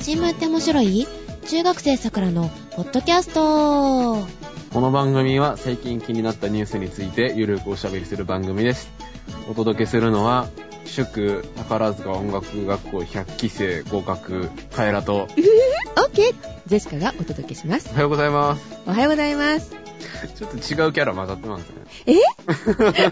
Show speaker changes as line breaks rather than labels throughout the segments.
新聞って面白い中学生さくらのポッドキャスト
この番組は最近気になったニュースについてゆるくおしゃべりする番組です。お届けするのは、祝宝塚音楽学校100期生合格カエラと、
OK! ジェシカがお届けします。
おはようございます。
おはようございます。
ちょっと違うキャラ混ざってますね。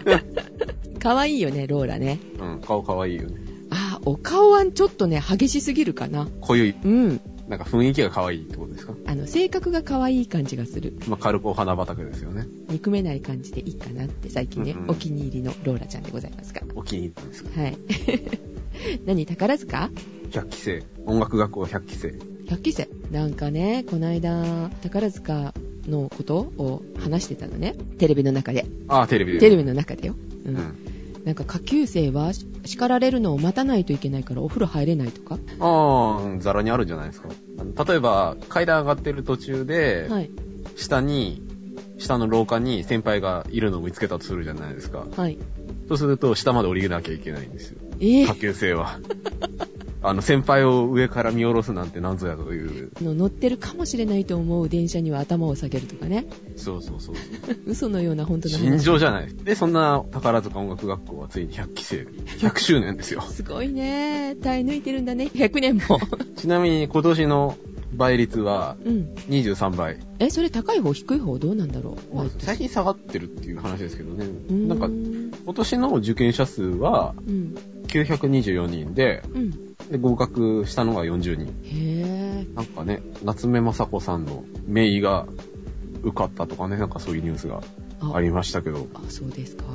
かわいいよね、ローラね。
うん、顔かわいいよね。
あー、お顔はちょっとね、激しすぎるかな。
濃ゆい、
うん。
なんか雰囲気がかわいいってことですか
あの、性格がかわいい感じがする。
まあ、軽くお花畑ですよね。
憎めない感じでいいかなって最近ね、
うんうん
お気に入りのローラちゃんでございますが。
お気に入りですか
はい。 何宝塚
100期生。音楽学校100期生。
百期生。なんかね、こないだ、宝塚のことを話してたのね。テレビの中で。
ああ、テレビで。
テレビの中でよ。う。
うんん。
なんか下級生はし叱られるのを待たないといけないからお風呂入れないとか。
ああ、ザラにあるんじゃないですか。あの例えば、階段上がってる途中で、
はい。
下に、下の廊下に先輩がいるのを見つけたとするじゃないですか。
はい。
そうすると、下まで降りなきゃいけないんですよ。
ええ
下級生は。 あの、先輩を上から見下ろすなんてなんぞやという。
の乗ってるかもしれないと思う電車には頭を下げるとかね
そうそうそう。
嘘のような本当の
尋
話。
常じゃない。で、そんな宝塚音楽学校はついに100期生、100周年ですよ
すごいね耐え抜いてるんだね100年 も
ちなみに今年の倍率は
うん
23倍。
えそれ高い方低い方どうなんだろう、
まあ最近下がってるっていう話ですけどね。
うーん
なんか、今年の受験者数は
うん
924人で、
うん
で合格したのが40人。
へえ
なんかね、夏目雅子さんの名医が受かったとかね、なんかそういうニュースが
あ
ありましたけど。
あそうですか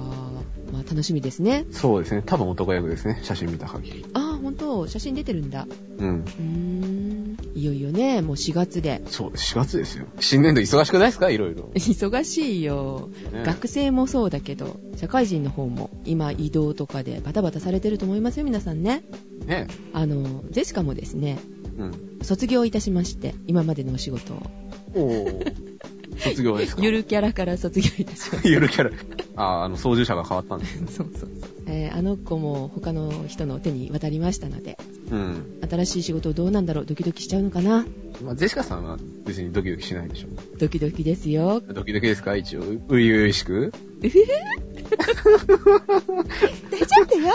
まあ楽しみですね
そうですね。多分男役ですね。写真見た限り。
ああ本当写真出てるんだ
うん。
うーんいよいよねもう4月で
そう、4月ですよ。新年度忙しくないですかいろいろ。
忙しいよ
ね
学生もそうだけど社会人の方も今移動とかでバタバタされてると思いますよ皆さんね
ね
あのジェシカもですね
うん。
卒業いたしまして今までのお仕事を
おー。卒業ですか
ゆるキャラから卒業いたしまし
ゆるキャラ。あー、あの、操縦者が変わったんですね
た。 そうそうそう、えーあの子も他の人の手に渡りましたので
うん。
新しい仕事どうなんだろうドキドキしちゃうのかな
まあ、ジェシカさんは別にドキドキしないでしょ。
ドキドキですよ
ドキドキですか一応、うういういしく
大丈夫だよ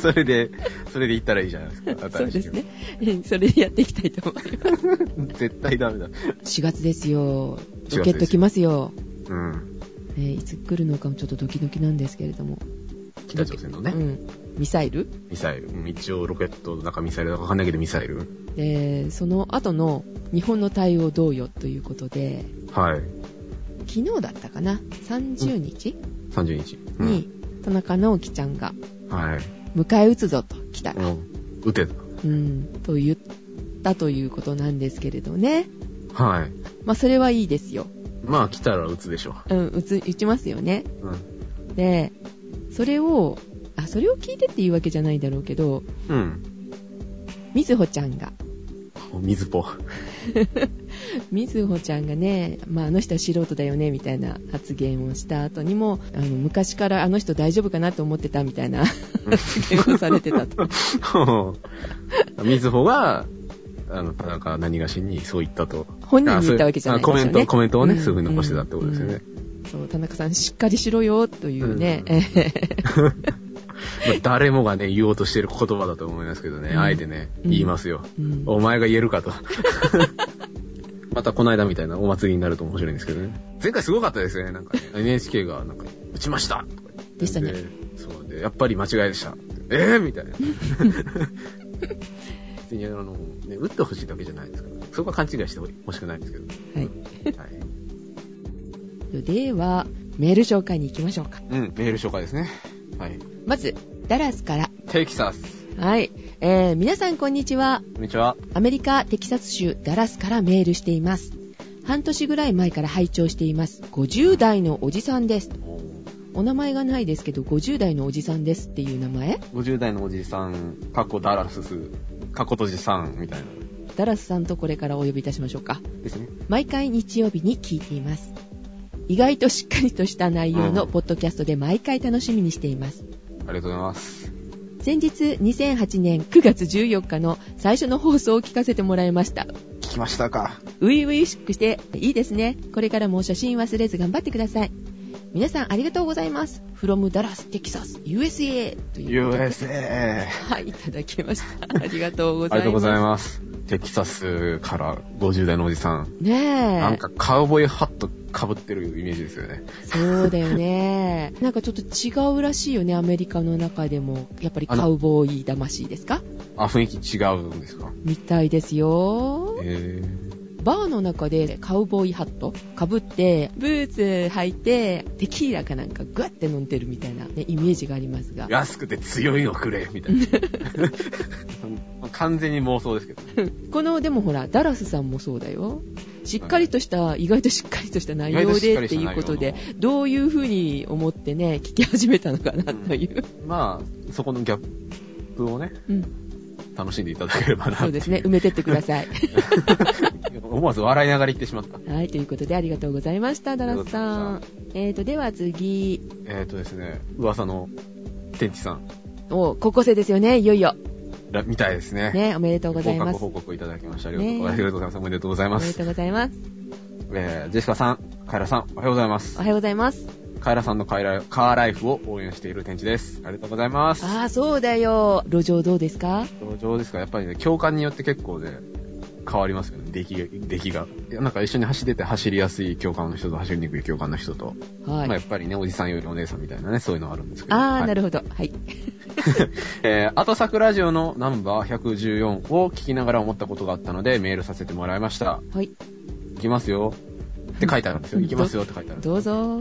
それで、それで行ったらいいじゃないですか。
そうです
新しい
ねそれでやっていきたいと思いま
絶対ダメだ。
す4月ですよ
です
ロケット来ますよ
うん。
えーいつ来るのかもちょっとドキドキなんですけれども
北朝鮮のね、
うん、ミサイル
ミサイル。うん一応ロケットの中ミサイルだかわかんないけどミサイル。
でその後の日本の対応どうよということで
はい。
昨日だったかな30日
30日。うん
に田中直樹ちゃんが
はい。
迎え撃つぞと来た
う
ら、
ん。撃てた。
うん、と言ったということなんですけれどね
はい。
まあそれはいいですよ、
まあ来たら撃つでしょ
うん、撃つ撃ちますよね
う。うん。
でそれをあそれを聞いてっていうわけじゃないだろうけど
うん。
みずほちゃんが
水ぽ。
みずほちゃんがね、まあ、あの人は素人だよねみたいな発言をした後にもあの昔からあの人大丈夫かなと思ってたみたいな発言をされてた と
水穂が、あの、田中何がしにそう言ったと。
本人に言ったわけじゃない
あそうあコメン
ですよ
ト、コメントをね、
ん
すぐ残してたってことですよね。
うんそう田中さんしっかりしろよというね、
うまあ誰もがね、言おうとしてる言葉だと思いますけどね、
うん
あえてね、
うん
言いますよ。
うん
お前が言えるかと。 またこの間みたいなお祭りになると面白いんですけどね。前回すごかったですよね、なんかね。NHK がなんか、打ちましたとか言って
でしたね。
そうで、やっぱり間違いでした。えぇ、みたいな。 別にあの、ね、打ってほしいだけじゃないですから、そこは勘違いしてほしくないんですけど。
はい
はい。
ではメール紹介に行きましょうか
うん、メール紹介ですね。はい。
まずダラスから
テキサス。
はい、えー、皆さんこんにちは
こんにちは。
アメリカ・テキサス州ダラスからメールしています。半年ぐらい前から拝聴しています。50代のおじさんです。お名前がないですけど、50代のおじさんですっていう名前
50代のおじさん、過去ダラスス、過去とじさんみたいな。
ダラスさんとこれからお呼びいたしましょうか。
ですね。
毎回日曜日に聞いています。意外としっかりとした内容のポッドキャストで毎回楽しみにしています。
ありがとうございます。
先日2008年9月14日の最初の放送を聞かせてもらいました
聞きましたか。
ウイウイシックしていいですねこれからも写真忘れず頑張ってください皆さんありがとうございます from ダラステキサス USA ということで
USA!
はいいただきましたありがとうご
あ
ざ
り
います
がとうございます。テキサスから50代のおじさん。
ねえ
なんかカウボーイハット被ってるイメージですよね。
そうだよね。なんかちょっと違うらしいよね、アメリカの中でも。やっぱりカウボーイ魂ですか
あ、雰囲気違うんですか
みたいですよ。
え
バーの中でカウボーイハットかぶって、ブーツ履いて、テキーラかなんかグワって飲んでるみたいな、ね、イメージがありますが
ー、。安くて強いのくれみたいな。 完全に妄想ですけどね。
この、でもほら、ダラスさんもそうだよ。しっかりとした、意外としっかりとした内容で
意外としっ
っ
かり
て
した内
い
容
う
の
ことで、どういうふうに思ってね、聞き始めたのかなという。
まあ、そこのギャップをね、
うん、
楽しんでいただければな。
そうです ね。埋めてってください。
思わず笑いながら言ってしまった。
はい、ということでありがとうございました、ダラスさ
あ
ん。えーと、では次、
えっ、ー、とですね、噂の天地さん、
お、高校生ですよね、いよいよ。
らみたいですね。
ね、おめでとうご
合
ざいま
格
す。
報
お
告いただきました。ありがとう,、
ね
ありがとうございます。おめでとうございま。
めですとうございます。
えー、ジェシカさん、カイラさん、おはようございます
お。はようございます。
カイラさんのカイラカーライフを応援している天地です。ありがとうございます。
あー、そうだよ。路上どうですか
同情ですかやっぱりね、共感によって結構ね、変わりますよね。出来が、出来が。いやなんか一緒に走ってて走りやすい共感の人と走りにくい共感の人と、
は
まあ
い。
やっぱりね、おじさんよりお姉さんみたいなね、そういうのはあるんですけど。
あ
は
ー、
い
なるほど。はい。
えー、あとさくラジオのナンバー114を聞きながら思ったことがあったのでメールさせてもらいました。
はい。
行きますよ。って書いてあるんですよ。
うん
行きますよって書いてあるんです
どう ぞ。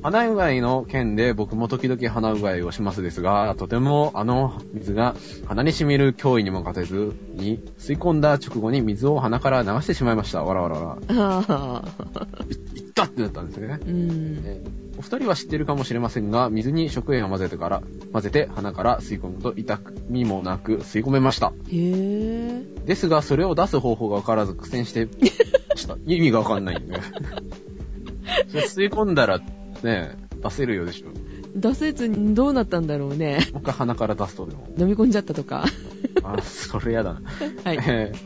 鼻うがいの件で僕も時々鼻うがいをしますですが、とてもあの水が鼻に染みる脅威にも勝てずに、吸い込んだ直後に水を鼻から流してしまいました。わらわらわ
あー。
ら。いいったってなったんですね。
うん。
えーお二人は知ってるかもしれませんが、水に食塩を混ぜてから、混ぜて鼻から吸い込むと痛みもなく吸い込めました。
へー。
ですが、それを出す方法がわからず苦戦 して、ちょっと意味がわかんないんで。それ吸い込んだら、ね、出せるよでしょ。も
出せずにどうなったんだろうね。
う一回鼻から出すとでも。
飲み込んじゃったとか。
あ、それやだな。
はい。
えー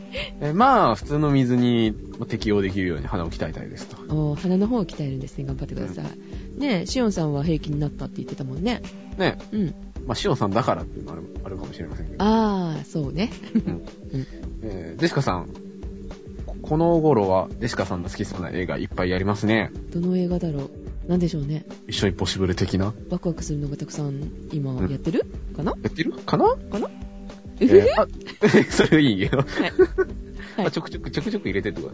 えーまあ、普通の水に適応できるように鼻を鍛えたいですと。
お鼻の方を鍛えるんですね。頑張ってください。ねえ、シオンさんは平気になったって言ってたもんね。
ね、
うん。
まあ、しおさんだからっていうのもあるあるかもしれませんけど。
あー、そうね。
うんえーデシカさん、ここの頃はデシカさんの好きそうな映画いっぱいやりますね。
どの映画だろうなんでしょうね。
一緒にポッシブル的な。
ワクワクするのがたくさん今やってる、かな
やってるかな
かな
え
うふ
ー
ふ
あそれいいよ。
は
まあ
い
ち。ょくちょく、ちょくちょく入れてってくだ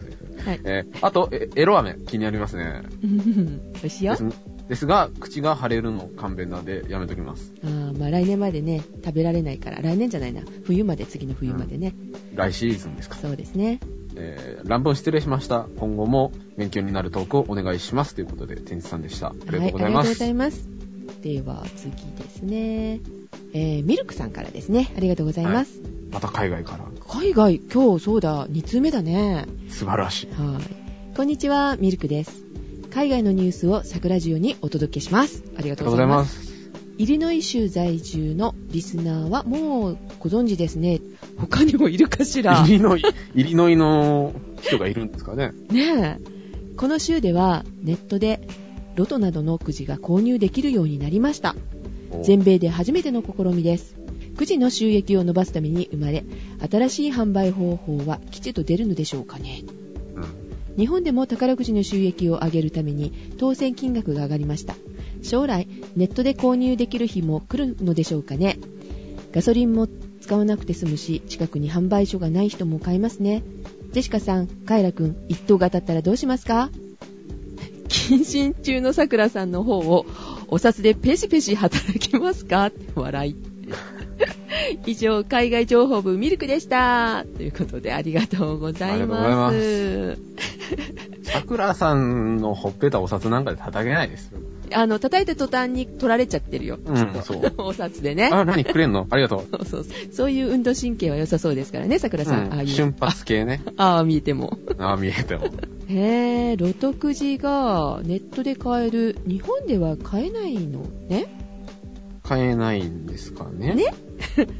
は
さい。
い。
えーあと、えエロ飴、気になりますね。
美味しい よ
で。すですが、口が腫れるの勘弁なんでやめときます。
あーまあ来年までね、食べられないから、来年じゃないな。冬まで、次の冬までね。
来シーズンですか。
そうですね。
えー乱文失礼しました。今後も勉強になるトークをお願いします。ということで、天地さんでした。ありがとうご
は
ざ
い、あ
い
りが
ま
とう
す。
ございます。では、次ですね。えー、ミルクさんからですね。ありがとうございます。
また海外から。
海外、今日、そうだ、2通目だね。
素晴らしい。
はい。こんにちは、ミルクです。海外のニュースを桜ジオにお届けします。ありが
ありが
と
と
うご
うご
ざ
ざ
い
い
ま。
ますす。
イリノイ州在住のリスナーはもうご存知ですね。他にもいるかしら
イリノイ、イリノイの人がいるんです かね。
ねえ。この州ではネットでロトなどのくじが購入できるようになりました。
お
全米で初めての試みです。くじの収益を伸ばすために生まれ、新しい販売方法は吉と出るのでしょうかね。
うん
日本でも宝くじの収益を上げるために当選金額が上がりました将来ネットで購入できる日も来るのでしょうかねガソリンも使わなくて済むし近くに販売所がない人も買いますねジェシカさんカイラくん一等が当たったらどうしますか謹慎中のさくらさんの方をお札でペシペシ働きますか笑い以上海外情報部ミルクでしたということでありがとうございま
ありがとうございます桜さんのほっぺたお札なんかで叩けないですよ。
あの、叩いた途端に取られちゃってるよ。
うん
きっと
そう
お札でね。
あ、何くれんのありがとう。
そうそうそう。そういう運動神経は良さそうですからね、桜さん。ああい
うん、
う。
瞬発系ね。
ああ、見えて も。
あ、見えても。
へえ、ロトくじがネットで買える。日本では買えないのね
買えないんですかね。
ね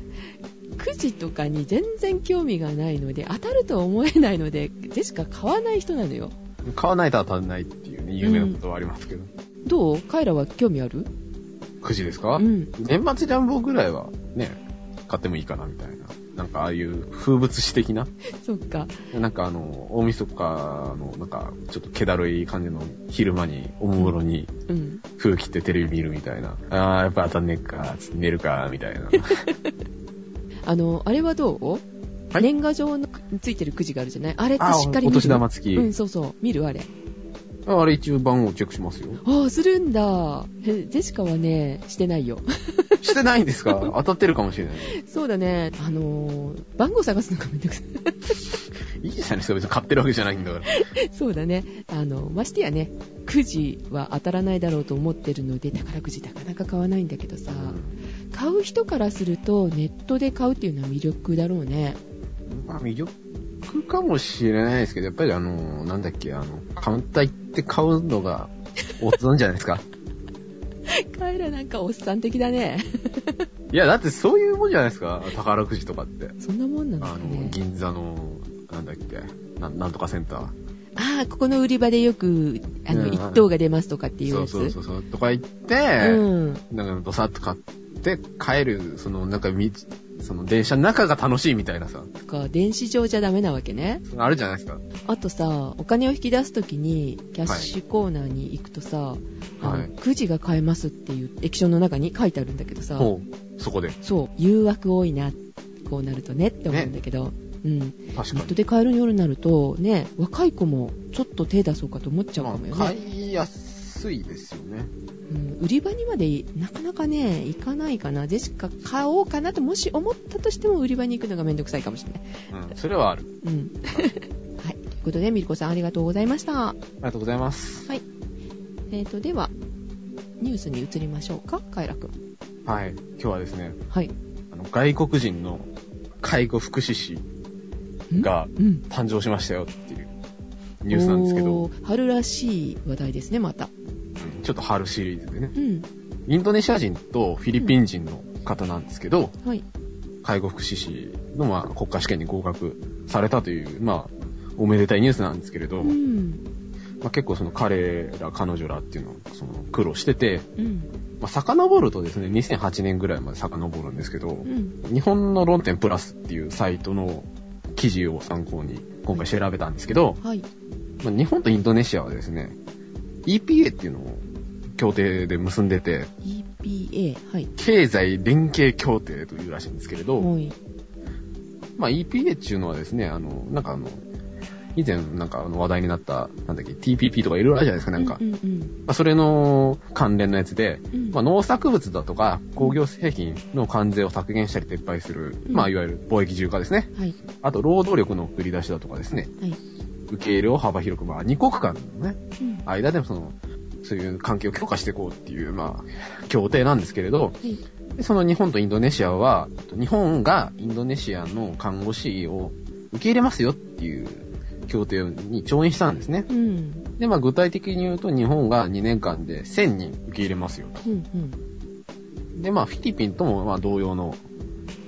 くじとかに全然興味がないので当たるとは思えないのでジェシカ買わない人なのよ
買わないと当たんないっていうね、有名なことはありますけど。
どうカイラは興味ある
くじですか、
うん
年末ジャンボぐらいはね、買ってもいいかなみたいな。なんかああいう風物詩的な、
そっか
なんかあの、大晦日のなんかちょっと気だるい感じの昼間におもむろに
うん
風切ってテレビ見るみたいな。あーやっぱ当たんねえか、つって寝るか、み たいな。
あのあれはどう、
はい
年賀状のついてるくじがあるじゃないあれって
あ
しっかり見る
お年玉付き
うんそうそう見るあれ
ああれ一応番号チェックしますよ。
ああするんだへジェシカはねしてないよ
してないんですか当たってるかもしれない。
そうだねあのー番号探すのがめんどくさ
いいじゃないですか、別に買ってるわけじゃないんだから。
い そうだねあのましてやねくじは当たらないだろうと思ってるので宝くじなかなか買わないんだけどさ、買う人からするとネットで買うっていうのは魅力だろうね
まあ魅力かもしれないですけど、やっぱりあの、なんだっけ、あの、カウンター行って買うのが、大人じゃないで すか。
カエラなんかおっさん的だね
いや、だってそういうもんじゃないですか、宝くじとかって。
そんなもんなんだ
あの、
ね
銀座の、なんだっけ、ななんとかセンター。
ああここの売り場でよくあの
うん
一等が出ますとかっていう
そ
や
う
つ
そうそううそう。とか行って、
ん
なんか、どさっと買って、帰る、その、なんか、みその、電車の中が楽しいみたいなさ、
とか電子上じゃダメなわけね
あるじゃないですか。
あとさお金を引き出すときにキャッシュコーナーに行くとさ、あ
は
の
い
くじが買えますっていう液晶の中に書いてあるんだけどさ
ほう、そこで。
そう誘惑多いなこうなるとねって思うんだけど、うん
確
ネ
か
ット
に。
で買えるようになるとね若い子もちょっと手出そうかと思っちゃうかもよ
まあ
ね、
買いやすいですよね。
うん、売り場にまでなかなかね行かないかなジェシカ買おうかなともし思ったとしても売り場に行くのがめんどくさいかもしれない、
うん、それはある。
うん はい、ということでみりこさんありがとうございました、
ありがとうございます。
えー、とではニュースに移りましょうかカイラくん
はい。今日はですね、
はい
あの、外国人の介護福祉士
ん
が
うん
誕生しましたよっていうニュースなんですけど、
おー春らしい話題ですねまた
うんちょっと春シリーズでね、
うん
インドネシア人とフィリピン人の方なんですけど、
はい
介護福祉士の、まあ、国家試験に合格されたという、まあ、おめでたいニュースなんですけれど、
うん
まあ、結構その彼ら、彼女らっていうのをその苦労してて、
うん
まあ、遡るとですね、2008年ぐらいまで遡るんですけど
う、ん
日本の論点プラスっていうサイトの記事を参考に今回調べたんですけど、
はい
まあ、日本とインドネシアはですね、EPA っていうのを協定で結んでて、
EPA はい
経済連携協定というらしいんですけれど、
はい
まあ、EPA っていうのはですね、あの、なんかあの、以前なんかあの話題になった、なんだっけ、TPP とかいろいろあるじゃないですか、なんか。
うんうん
まあ、それの関連のやつで、
うん
まあ、農作物だとか工業製品の関税を削減したり撤廃する、
うん
まあ、いわゆる貿易自由化ですね。
はい
あと、労働力の送り出しだとかですね、
はい
受け入れを幅広く、まあ、二国間のね、
うん
間でもその、そういう関係を強化していこうっていう、まあ、協定なんですけれ
は
ど、
い
でその日本とインドネシアは、日本がインドネシアの看護師を受け入れますよっていう協定に調印したんですね。
うん
で、まあ、具体的に言うと、日本が2年間で1000人受け入れますよと。
うんうん
で、まあ、フィリピンとも、まあ、同様の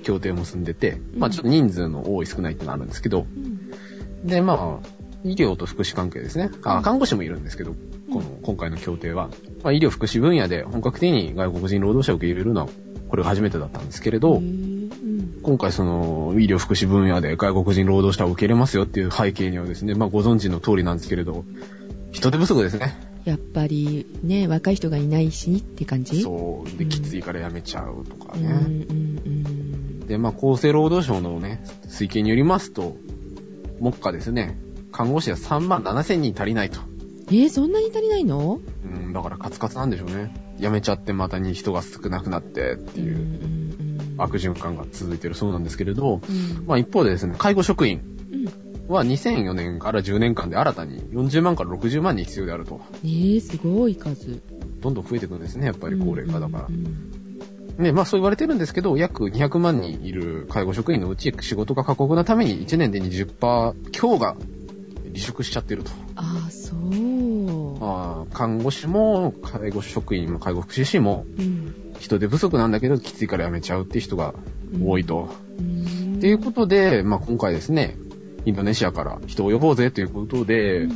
協定を結んでて、
うん
まあ、ちょっと人数の多い少ないってのはあるんですけど、
うん
で、まあ、医療と福祉関係ですね。
うん
あ、看護師もいるんですけど、この、今回の協定は、まあ、医療福祉分野で本格的に外国人労働者を受け入れるのは、これが初めてだったんですけれ
へー
ど、
うん
今回その、医療福祉分野で外国人労働者を受け入れますよっていう背景にはですね、まあ、ご存知の通りなんですけれど、人手不足ですね。
やっぱりね若い人がいないしって感じう
そう。で、
ん
きついから辞めちゃうとか
ん
ね。
うん
で、まあ、厚生労働省のね、推計によりますと、目下ですね、看護師は3万7千人足りないと。
うんえーそんなに足りないの
うん、だからカツカツなんでしょうね。辞めちゃってまたに人が少なくなってって
うん
いううん悪循環が続いてるそうなんですけれど、
うん
まあ一方でですね、介護職員
うん
は2004年から10年間で新たに40万から60万人必要であると。
えーすごい数やっ
どんどん増えていくんですね、やっぱり高齢化だから。
うん
ね、まあそう言われてるんですけど、約200万人いる介護職員のうち仕事が過酷なために1年で20%強が離職しちゃってると。
ああそう
あー看護師も介護職員も介護福祉士も
うん
人手不足なんだけど、きついからやめちゃうって人が多いと。
うん
っていうことで、まあ、今回ですね、インドネシアから人を呼ぼうぜということで、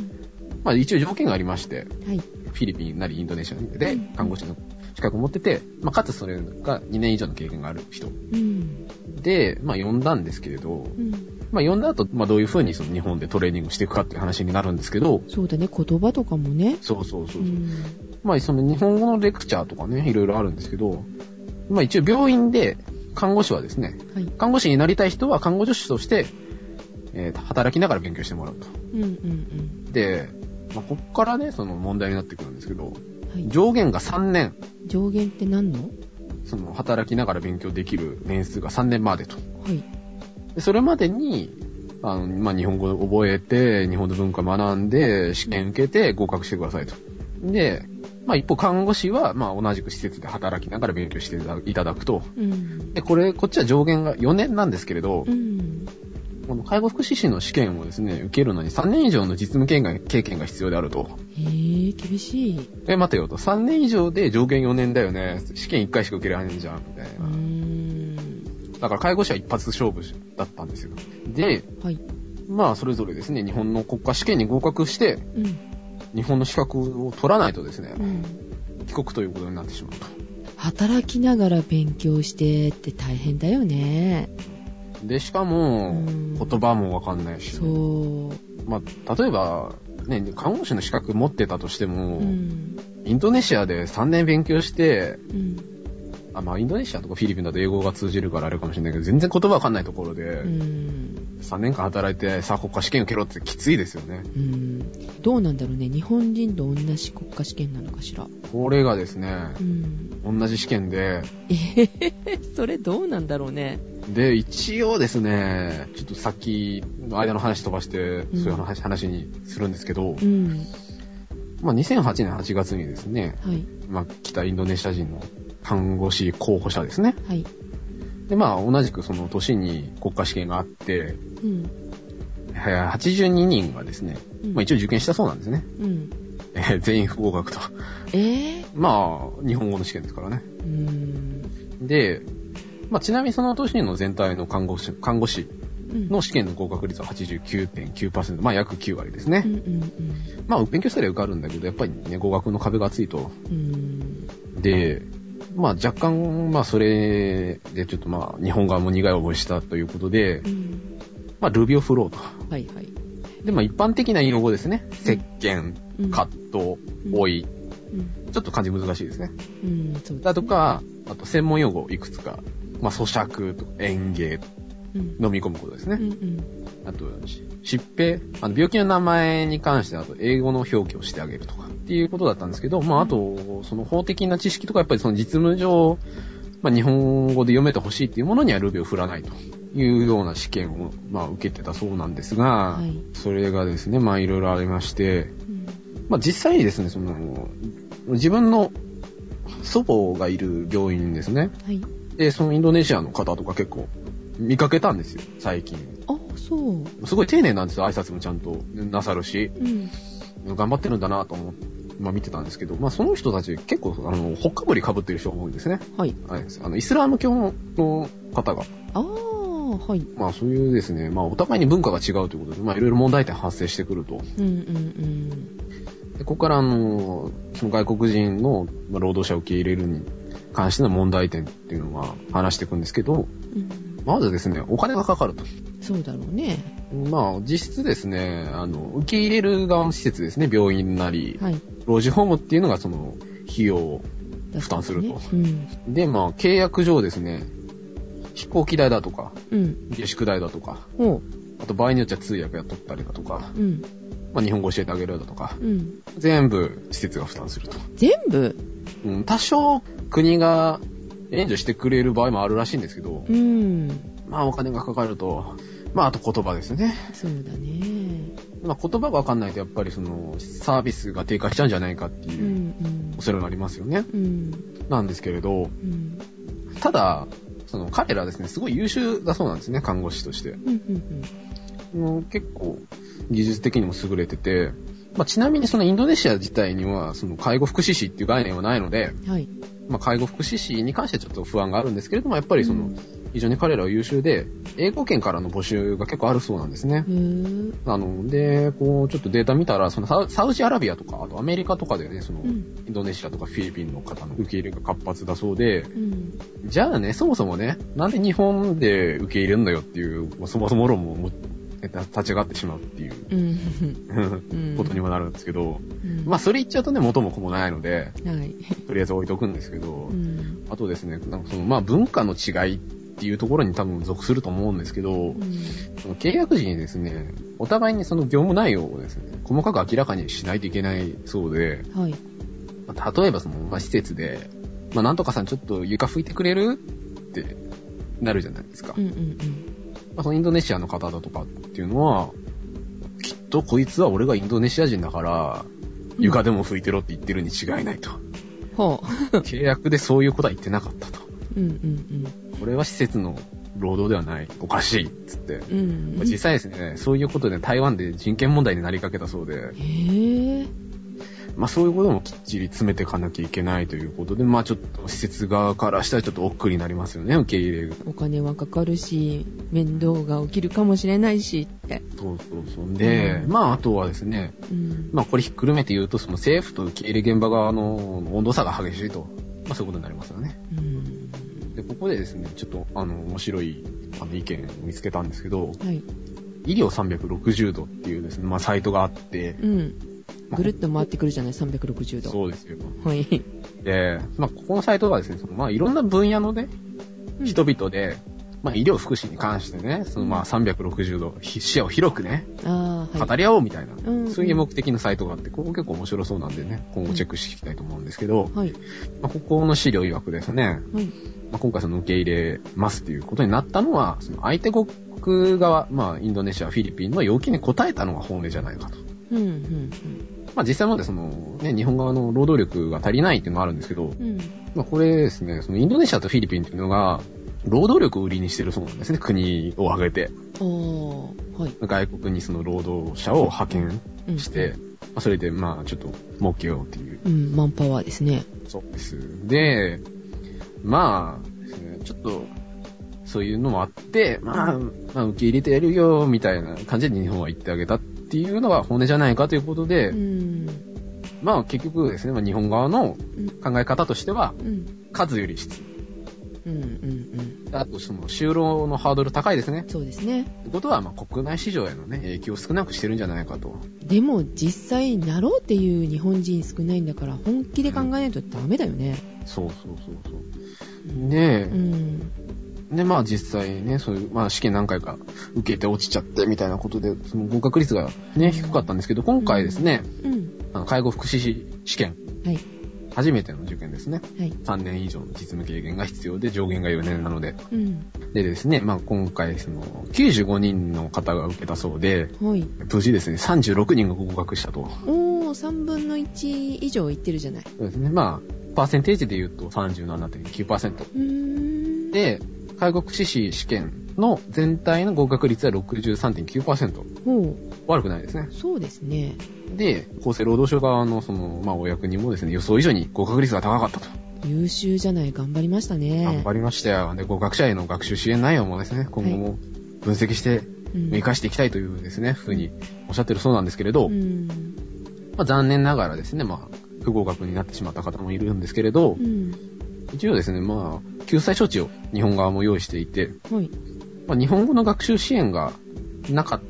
まあ、一応条件がありまして、
はい。
フィリピンなりインドネシアで看護師の資格を持ってて、まあ、かつそれが2年以上の経験がある人
うん。
で、まあ、呼んだんですけれど、
うん。
まあ、呼んだ後、まあ、どういうふうにその日本でトレーニングしていくかっていう話になるんですけど、
そうだね、言葉とかもね。
そうそうそうう。
ん。
まあ、その日本語のレクチャーとかね、いろいろあるんですけど、まあ、一応病院で看護師はですね、
はい。
看護師になりたい人は看護助手として、えー働きながら勉強してもらうと。
うんうん
で、まあ、こっからね、その問題になってくるんですけど、
うん。はい。
上限が3年、
上限って何の
その働きながら勉強できる年数が3年までと。
はい。
でそれまでに、あの、まあ、日本語を覚えて、日本の文化学んで、試験受けて合格してくださいと。で、まあ、一方看護師は、まあ、同じく施設で働きながら勉強していただくと。
うん。
で、これ、こっちは上限が4年なんですけれど
う、ん。
この介護福祉士の試験をですね、受けるのに3年以上の実務経験が経験が必要であると。
へえ、厳しい。
え、待てよと。3年以上で上限4年だよね。試験1回しか受けられないじゃん、みたいう
ー
な。
ん。
だから介護士は一発勝負だったんですよ。で、
はい。
まあ、それぞれですね、日本の国家試験に合格して、
うん。
日本の資格を取らないとですね
う、ん。
帰国ということになってしまうと。
働きながら勉強してって大変だよね。
で、しか
う
も、
ん
言葉もわかんないし、
そう。
まあ、例えば、ね、看護師の資格持ってたとしても、
うん。
インドネシアで3年勉強して、
うん。
あ、まあ、インドネシアとかフィリピンだと英語が通じるからあれかもしれないけど、全然言葉わかんないところで、
うん。
3年間働いて、さあ、国家試験受けろってきついですよね。
うん。どうなんだろうね。日本人と同じ国家試験なのかしら。
これがですね
う、ん。
同じ試験で、
それどうなんだろうね。
で、一応ですね、ちょっとさっきの間の話飛ばして、
ん
そういう話話にするんですけど、
うん。
まあ、2008年8月にですね、
はい。
まあ、北インドネシア人の看護師候補者ですね。
はい。
で、まあ、同じくその年に国家試験があって、
うん。
えー82人がですね、
うん
まあ、一応受験したそうなんですね。
うん。
えー 全員不合格と。
えー、
まあ、日本語の試験ですからね。
うーん。
で、まあ、ちなみにその年の全体の看護師、看護師
うん
の試験の合格率は89.9%、まあ約9割です
うん
ね。
うん
まあ、勉強したら受かるんだけど、やっぱりね、合格の壁が厚いと。
うん。うーん。
で、まあ若干、まあそれでちょっとまあ日本側も苦い思いしたということで
う、ん。
まあ Ruby of Flow と。
はいはい。
で、まあ一般的な用語ですね。石鹸、
うん
カット、老い。
うん。
ちょっと漢字難しいですね。
うん、そうだ。
だとか、あと専門用語いくつか。まあ咀嚼とか園芸、
うん。
飲み込むことです
う
ね。
んうん。
あと、し疾病、あの病気の名前に関しては、あと英語の表記をしてあげるとかっていうことだったんですけど、まあ、あと、その法的な知識とか、やっぱりその実務上、まあ、日本語で読めてほしいっていうものにはルビを振らないというような試験を、まあ、受けてたそうなんですが、
はい
それがですね、まあ、いろいろありまして、
うん
まあ、実際にですね、その、自分の祖母がいる病院ですね。
はい。
で、そのインドネシアの方とか結構見かけたんですよ、最近。
あ、そう。
すごい丁寧なんですよ、挨拶もちゃんとなさるし、
うん。
頑張ってるんだなと思って、まあ見てたんですけど、まあその人たち結構、あの、ほっかぶり被ってる人が多いんですね。
はい。
はい。あの、イスラム教の方が、
あー、はい。
まあそういうですね、まあお互いに文化が違うということで、まあいろいろ問題点発生してくると。
うんうん
でここから、あの、その外国人のまあ労働者を受け入れるに関しての問題点っていうのは話していくんですけど、
うん。うん。
まずですね、お金がかかると。
そうだろうね。
まあ実質ですね、あの、受け入れる側の施設ですね、病院なり、
はい。
老人ホームっていうのがその費用を
だ
負担すると
そうね
で、まあ契約上ですね、飛行機代だとか、
うん。うん。
下宿代だとか、
ほう。
あと場合によっては通訳雇ったりだとか、
うん。
まあ日本語教えてあげるだとか、
うん。
全部施設が負担すると。
全部
うん、多少国が援助してくれる場合もあるらしいんですけど、
うん。
まあお金がかかると、まああと言葉ですね。
そうだね。
まあ言葉がわかんないとやっぱりそのサービスが低下しちゃうんじゃないかって
う
いうん恐れがありますよね。
うん。うん。
なんですけれど、
うん。
ただ、その彼らですね、すごい優秀だそうなんですね、看護師として。
うんうん
もう結構、技術的にも優れてて、まあ、ちなみにそのインドネシア自体には、その介護福祉士っていう概念はないので、
うん。はい。
まあ、介護福祉士に関してはちょっと不安があるんですけれども、やっぱりその、非常に彼らは優秀で、英語圏からの募集が結構あるそうなんですね。
へー
なので、こう、ちょっとデータ見たら、そのサウサウジアラビアとか、あとアメリカとかでね、その、
うん
インドネシアとかフィリピンの方の受け入れが活発だそうで、
うん
じゃあね、そもそもね、なんで日本で受け入れんのよっていう、まあそもそも論ももえた立ち上がってしまうっていう
うんうん
ことにもなるんですけど、
うん
まあそれ言っちゃうとね、元も子もないので、
はい
とりあえず置いとくんですけど
う、ん
あとですね、なんかその、まあ文化の違いっていうところに多分属すると思うんですけど
う、ん
その契約時にですね、お互いにその業務内容をですね、細かく明らかにしないといけないそうで、
はい
まあ例えばその、まあ、施設で、まあ、なんとかさんちょっと床拭いてくれるってなるじゃないですか。
うん
ま
うんうん
あ、そのインドネシアの方だとかっていうのは、きっとこいつは俺がインドネシア人だから、
うん
床でも拭いてろって言ってるに違いない と。
ほ
契約でそういうことは言ってなかったと。
ううんうん
これは施設の労働ではない。おかしいっつって。
うんうん
まあ実際ですね、そういうことで台湾で人権問題になりかけたそうで、
へえ
まあそういうこともきっちり詰めていかなきゃいけないということで、まあちょっと施設側からしたらちょっと億劫になりますよね、受け入れる。
お金はかかるし面倒が起きるかもしれないしって
そうそうそう。で、
うん
まああとはですね、
うん
まあこれひっくるめて言うと、その政府と受け入れ現場側の温度差が激しいと、まあそういうことになりますよね。
うん
で、ここでですね、ちょっとあの、面白いあの意見を見つけたんですけど、
はい
医療360度っていうですね、まあサイトがあって、
うん
まあ
ぐるっと回ってくるじゃない360度
そうですよ。
はい
で、まあ、ここのサイトがですね、そのまあ、いろんな分野のね、人々で、まあ、医療福祉に関してね、そのまあ、360度、ひ視野を広くね、
ああは
語
い
り合おうみたいな、
んうん
そういう目的のサイトがあって、ここ結構面白そうなんでね、今後チェックしていきたいと思うんですけど、
はい
まあ、ここの資料曰くですね、
はい
まあ、今回その受け入れますっていうことになったのは、その相手国側、まあ、インドネシア、フィリピンの要求に応えたのが本音じゃないかと。
うんうん
まあ、実際までその、ね、日本側の労働力が足りないっていうのはあるんですけど、
うんうん
まあ、これですね、そのインドネシアとフィリピンっていうのが、労働力を売りにしてるそうなんですね、国を挙げて。
おーはい
外国にその労働者を派遣
うん
して、まあそれでまあちょっと儲けようっていう。
うんマンパワーですね
そうです。で、まあですね、ちょっと、そういうのもあって、まあ、まあ受け入れてやるよ、みたいな感じで日本は言ってあげたっていうのが本音じゃないかということで、
うん
まあ結局ですね、まあ、日本側の考え方としては、
うん
数より質。
うんうんうん
あとその就労のハードル高いですね。
そうですね
ってことは、まあ、国内市場への、ね、影響を少なくしてるんじゃないかと。
でも実際なろうっていう日本人少ないんだから本気で考えないとダメだよね
そうそうそうそう。で
う、ん
で、まあ実際ね、そういう、まあ試験何回か受けて落ちちゃってみたいなことで、その合格率がね、低かったんですけど、今回ですね、
うん
あの介護福祉士試験、
はい
初めての受験ですね。
はい
3年以上の実務経験が必要で、上限が4年なので。
うん
でですね、まあ今回、その、95人の方が受けたそうで、
はい
無事ですね、36人が合格したと。
おー3分の1以上いってるじゃない
そうですね。まあ、パーセンテージで言うと37.9%。
うーん
で、介護福祉士試験の全体の合格率は63.9%。
ほ
悪くないですね
う。そうですね
で、厚生労働省側のその、まあ、お役人もですね、予想以上に合格率が高かったと。
優秀じゃない頑張りましたね
頑張りましたよ。で、合格者への学習支援内容もですね、今後も分析して、
うん
生かしていきたいというですね、ふうにおっしゃってるそうなんですけれど、
うん
まあ、残念ながらですね、まあ、不合格になってしまった方もいるんですけれど
う、ん
一応ですね、まあ、救済処置を日本側も用意していて、
はい
まあ、日本語の学習支援がなかっ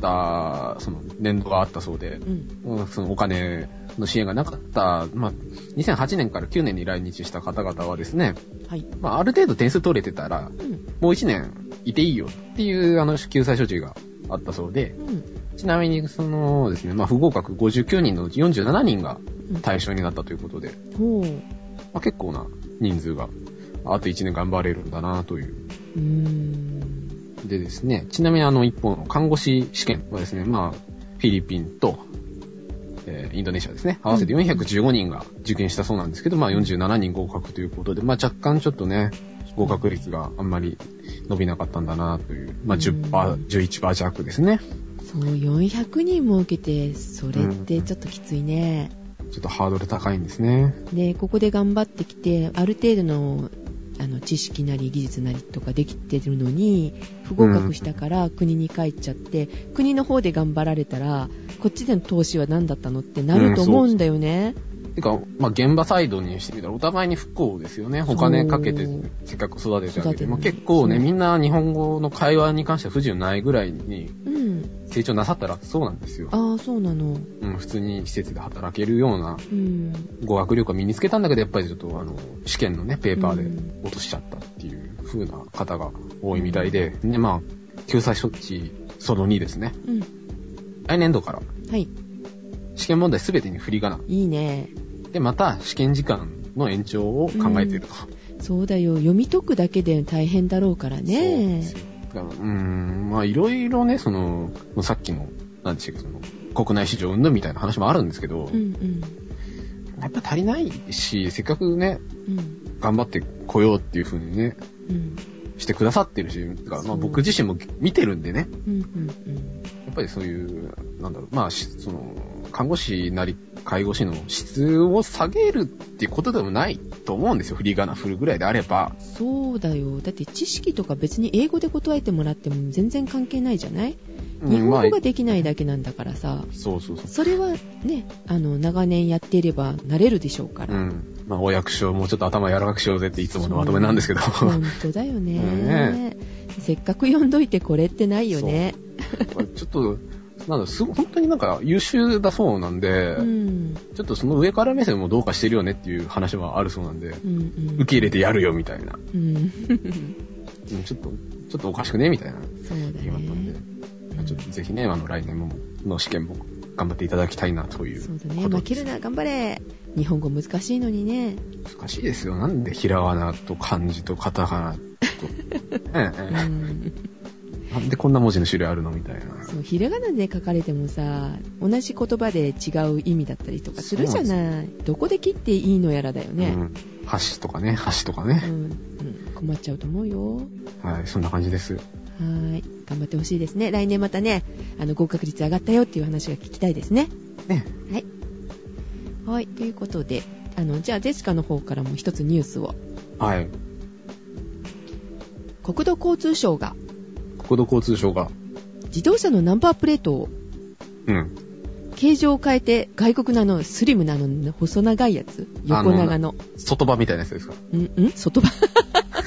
た、その、年度があったそうで、
うん
うんそのお金の支援がなかった、まあ、2008年から9年に来日した方々はですね、
はい
まあ、ある程度点数取れてたら、
うん
もう1年いていいよっていう、あの、救済処置があったそうで、
うん
ちなみに、そのですね、まあ、不合格59人のうち47人が
うん
対象になったということで、
ほう
まあ、結構な人数が、あと1年頑張れるんだなという。
うーん
でですね、ちなみにあの一方の看護師試験はですね、まあ、フィリピンと、えーインドネシアですね、合わせて415人が受験したそうなんですけど、まあ47人合格ということで、まあ若干ちょっとね、合格率があんまり伸びなかったんだなという、まあ10%、
うん
11%弱ですね。
そう400人も受けてそれってちょっときついね
ちょっとハードル高いんですね。
でここで頑張ってきてある程度のあの知識なり技術なりとかできてるのに不合格したから国に帰っちゃって、国の方で頑張られたらこっちでの投資は何だったのってなると思うんだよね、
てか、まあ、現場サイドにしてみたら、お互いに不幸ですよね。お金かけて
そう、
せっかく育て
育
てあげ
てて
て。
ね
まあ、結構ね、
そう
みんな日本語の会話に関しては不自由ないぐらいに
うん
成長なさったらそうなんですよ。
ああそうなの
うん、普通に施設で働けるような
うん
語学力は身につけたんだけど、やっぱりちょっとあの、試験のね、ペーパー
う
で落としちゃったっていう風な方が多いみたいで、で、まあ、救済措置その2ですね。
うん
来年度から
はい
試験問題すべてに振り仮名。
いいね
で、また試験時間の延長を考えていると。
そうだよ読み解くだけで大変だろうから
そうなん
ね
ですよだからうーん、まあいろいろね、その、さっきの、なんでしたっけ、その、国内市場云々みたいな話もあるんですけ
う
ど、
んうん
やっぱ足りないし、せっかくね、
うん
頑張ってこようっていう風にね、
うん
してくださってるし、だからま
そ
あ
う
僕自身も見てるんでね、
うんうん
やっぱりそういう、なんだろう、まあ、しその、看護師なり、介護士の質を下げるっていうことでもないと思うんですよ。フリーガナ振るぐらいであれば。
そうだよだって知識とか別に英語で答えてもらっても全然関係ないじゃない
うん
日本
まあ
語ができないだけなんだからさ、
そうそうそう。
それはね、あの、長年やっていれば慣れるでしょうか
う
ら。
ん。まあ、お役所、もうちょっと頭柔らかくしようぜっていつものまとめなんですけど。
本当だよね。せっかく読んどいてこれってないよね。
ちょっと、なんだ、すご、本当になんか優秀だそうなんで、
うん。
ちょっとその上から目線もどうかしてるよねっていう話はあるそうなんで、
うんうん
受。け入れてやるよみたいな。
うん
うんちょっと、ちょっとおかしくねみたいな
そうだ
言われたん
ね
で。。まあちょっとぜひね、あの、来年も、の試験も頑張っていただきたいなという。
そうだね。負けるな、頑張れ。日本語難しいのにね。
難しいですよ。なんでひらがなと漢字とカタ カナと。え
う
え
ん。
なんでこんな文字の種類あるのみたいな。
そう、ひらがなで書かれてもさ、同じ言葉で違う意味だったりとかするじゃない。どこで切っていいのやらだよね。
うん。箸とかね、箸とか
う
ね。
んうん、困っちゃうと思うよ。は
はい、そんな感じです。
ーい。頑張ってほしいですね。来年またね、あの、合格率上がったよっていう話が聞きたいですね。
ね。
はい。はい。ということで、あの、じゃあ、ジェシカの方からも一つニュースを。
はい。
国土交通省が
国土交通省が、
自動車のナンバープレートを
うん。
形状を変えて外国のあのスリムなあの細長いやつ横長の
外場みたいなやつですか
うんん外場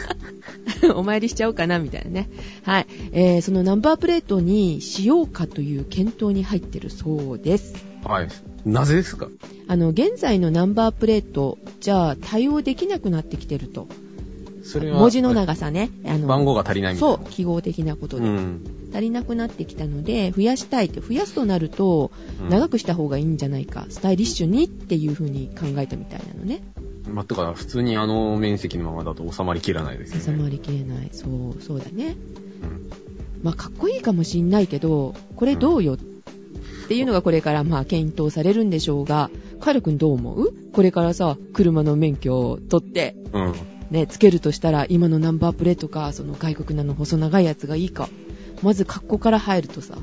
お参りしちゃおうかなみたいなねはい、えー、そのナンバープレートにしようかという検討に入ってるそうです
はい。なぜですか
あの現在のナンバープレートじゃあ対応できなくなってきてると
それは、
文字の長さねあの
番号が足りないみたい
そう
な。
記号的なことで、
うん。
足りなくなってきたので増やしたいって増やすとなると
うん。
長くした方がいいんじゃないか、スタイリッシュにっていう風に考えたみたいなのね
まあ、とか、普通にあの面積のままだと収まりきらないですよね。
収まりきれないそうそうだね
うん
まあ、かっこいいかもしんないけど、これどうよっていうのがこれからまあ検討されるんでしょうが、カエル君どう思うこれからさ、車の免許を取って、
うん。
ね、つけるとしたら今のナンバープレートか、その外国なの細長いやつがいいか。まず格好から入るとさ、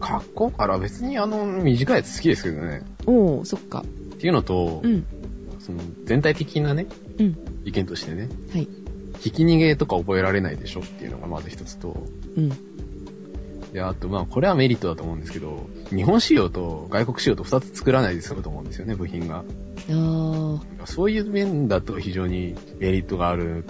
格好から別にあの短いやつ好きですけどね。
おー、そっか。
っていうのと
う、ん、
その全体的なね、
うん、
意見としてね、
はい。
ひき逃げとか覚えられないでしょっていうのがまず一つと、
うん、
で、あとまあこれはメリットだと思うんですけど、日本仕様と外国仕様と二つ作らないで済むと思うんですよね、部品が。
あー、
そういう面だと非常にメリットがある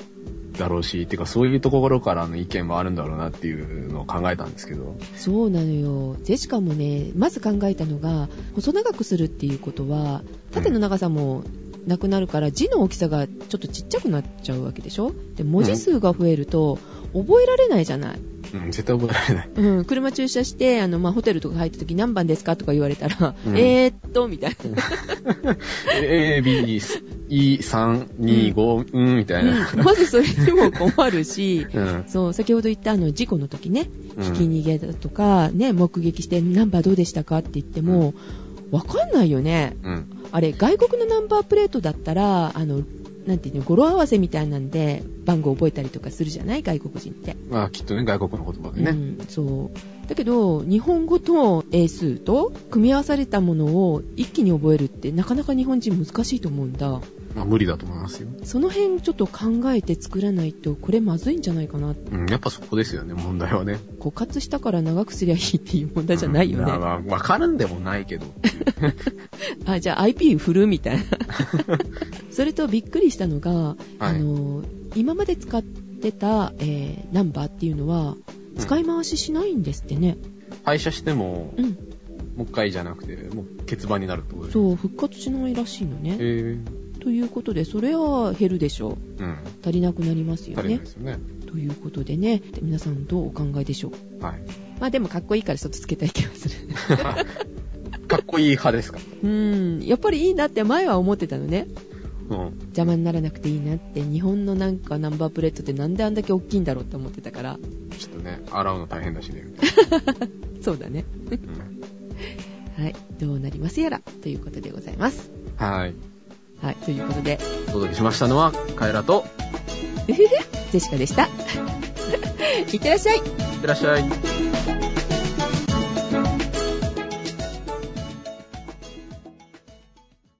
だろうし、てかそういうところからの意見もあるんだろうなっていうのを考えたんですけど、
そうなのよ。ジェシカもね、まず考えたのが、細長くするっていうことは、縦の長さもなくなるから、字の大きさがちょっとちっちゃくなっちゃうわけでしょで、文字数が増えると、覚えられないじゃない。
うん、絶対覚えられない。
うん、車駐車して、あの、まあ、ホテルとか入った時何番ですかとか言われたら、
うん
えーっと、みたいな。
A, B, E, 3, 2, 5, うん、みたいな。
まずそれにも困るし、
うん。
そう、先ほど言ったあの、事故の時ね、
うん
ひき逃げだとか、ね、目撃してナンバーどうでしたかって言っても、わかんないよね。
うん。
あれ、外国のナンバープレートだったら、あの、なんていうの語呂合わせみたいなんで番号覚えたりとかするじゃない外国人って、
まあ、きっとね、外国の言葉で
う
ね。
ん、そうだけど日本語と英数と組み合わされたものを一気に覚えるってなかなか日本人難しいと思うんだ
まあ、無理だと思いますよ。
その辺ちょっと考えて作らないとこれまずいんじゃないかな
うん、やっぱそこですよね、問題はね。
枯渇したから長くすりゃいいっていう問題じゃないよね、
うんまあまあわからんでもな いけど。
あじゃあ IP 振るみたい なそれとびっくりしたのが、あの今まで使ってた、えーナンバーっていうのは
うん
使い回ししないんですってね、
廃車しても、
うん
もう一回じゃなくて、もう欠番になるってことです。う。
そう復活しないらしいのね、
えー、
ということでそれは減るでしょう
うん。
足りなくなりますよ
足りない
ね
ですよね。
ということでねで皆さんどうお考えでしょう
はい。
まあでもかっこいいから外つけたい気がす る
かっこいい 派ですか。
うんやっぱりいいなって前は思ってたのね
うん。
邪魔にならなくていいなって日本のなんかナンバープレートってなんであんだけ大きいんだろうって思ってたから
きっとね、洗うの大変だしね。
そうだね
うん
はいどうなりますやらということでございます
はい。
はいという ことで
お届けしましたのは、カエラと、
ジェシカでした いってらっしゃい
いってらっしゃい。